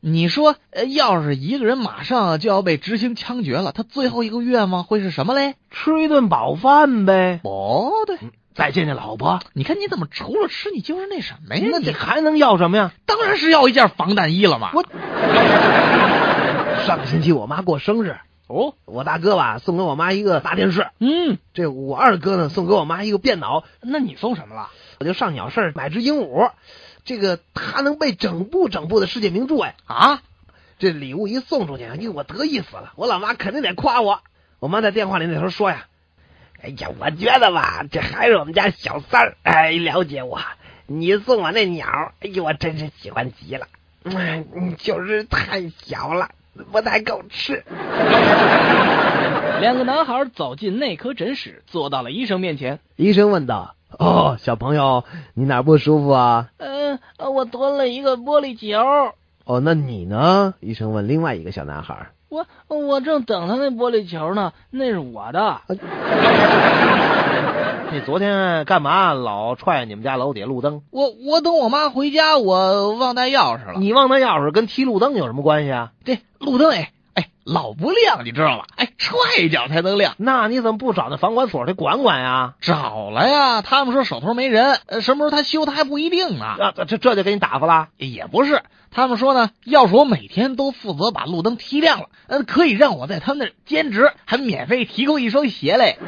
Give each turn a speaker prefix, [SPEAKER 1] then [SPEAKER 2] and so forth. [SPEAKER 1] 你说，呃，要是一个人马上就要被执行枪决了，他最后一个愿望会是什么嘞？
[SPEAKER 2] 吃一顿饱饭呗，
[SPEAKER 1] 不对，
[SPEAKER 3] 嗯
[SPEAKER 2] 再见见老婆。
[SPEAKER 1] 你看你怎么除了吃，你就是那什么呀？
[SPEAKER 2] 那
[SPEAKER 1] 你
[SPEAKER 2] 这还能要什么呀？
[SPEAKER 1] 当然是要一件防弹衣了嘛。
[SPEAKER 2] 我上个星期我妈过生日，
[SPEAKER 1] 哦，
[SPEAKER 2] 我大哥吧送给我妈一个大电视，
[SPEAKER 1] 嗯，
[SPEAKER 2] 这我二哥呢送给我妈一个电脑，
[SPEAKER 1] 那你送什么了？
[SPEAKER 2] 我就上鸟市买只鹦鹉，这个它能被整部整部的世界名著哎，
[SPEAKER 1] 啊，
[SPEAKER 2] 这礼物一送出去，哎呦我得意死了，我老妈肯定得夸我。我妈在电话里那头说呀，哎呀，我觉得吧，这还是我们家小三儿哎了解我，你送我那鸟，哎呦我真是喜欢极了，嗯，嗯就是太小了，不太够吃。
[SPEAKER 3] 两个男孩走进内科诊室，坐到了医生面前。
[SPEAKER 2] 医生问道：“哦，小朋友，你哪儿不舒服啊？”
[SPEAKER 3] 嗯、我吞了一个玻璃球，
[SPEAKER 2] 哦，那你呢？医生问另外一个小男孩。
[SPEAKER 3] 我我正等他那玻璃球呢，那是我的。
[SPEAKER 2] 你昨天干嘛老踹你们家楼底下路灯？
[SPEAKER 1] 我我等我妈回家，我忘带钥匙了。
[SPEAKER 2] 你忘那钥匙跟踢路灯有什么关系啊？
[SPEAKER 1] 这路灯哎哎老不亮，你知道吧？哎，踹一脚才能亮。
[SPEAKER 2] 那你怎么不找那房管所去管管呀？
[SPEAKER 1] 找了呀，他们说手头没人，呃什么时候他修他还不一定呢。
[SPEAKER 2] 啊，这这就给你打发了？
[SPEAKER 1] 也不是，他们说呢，要是我每天都负责把路灯踢亮了，呃，可以让我在他们那儿兼职，还免费提供一双鞋嘞。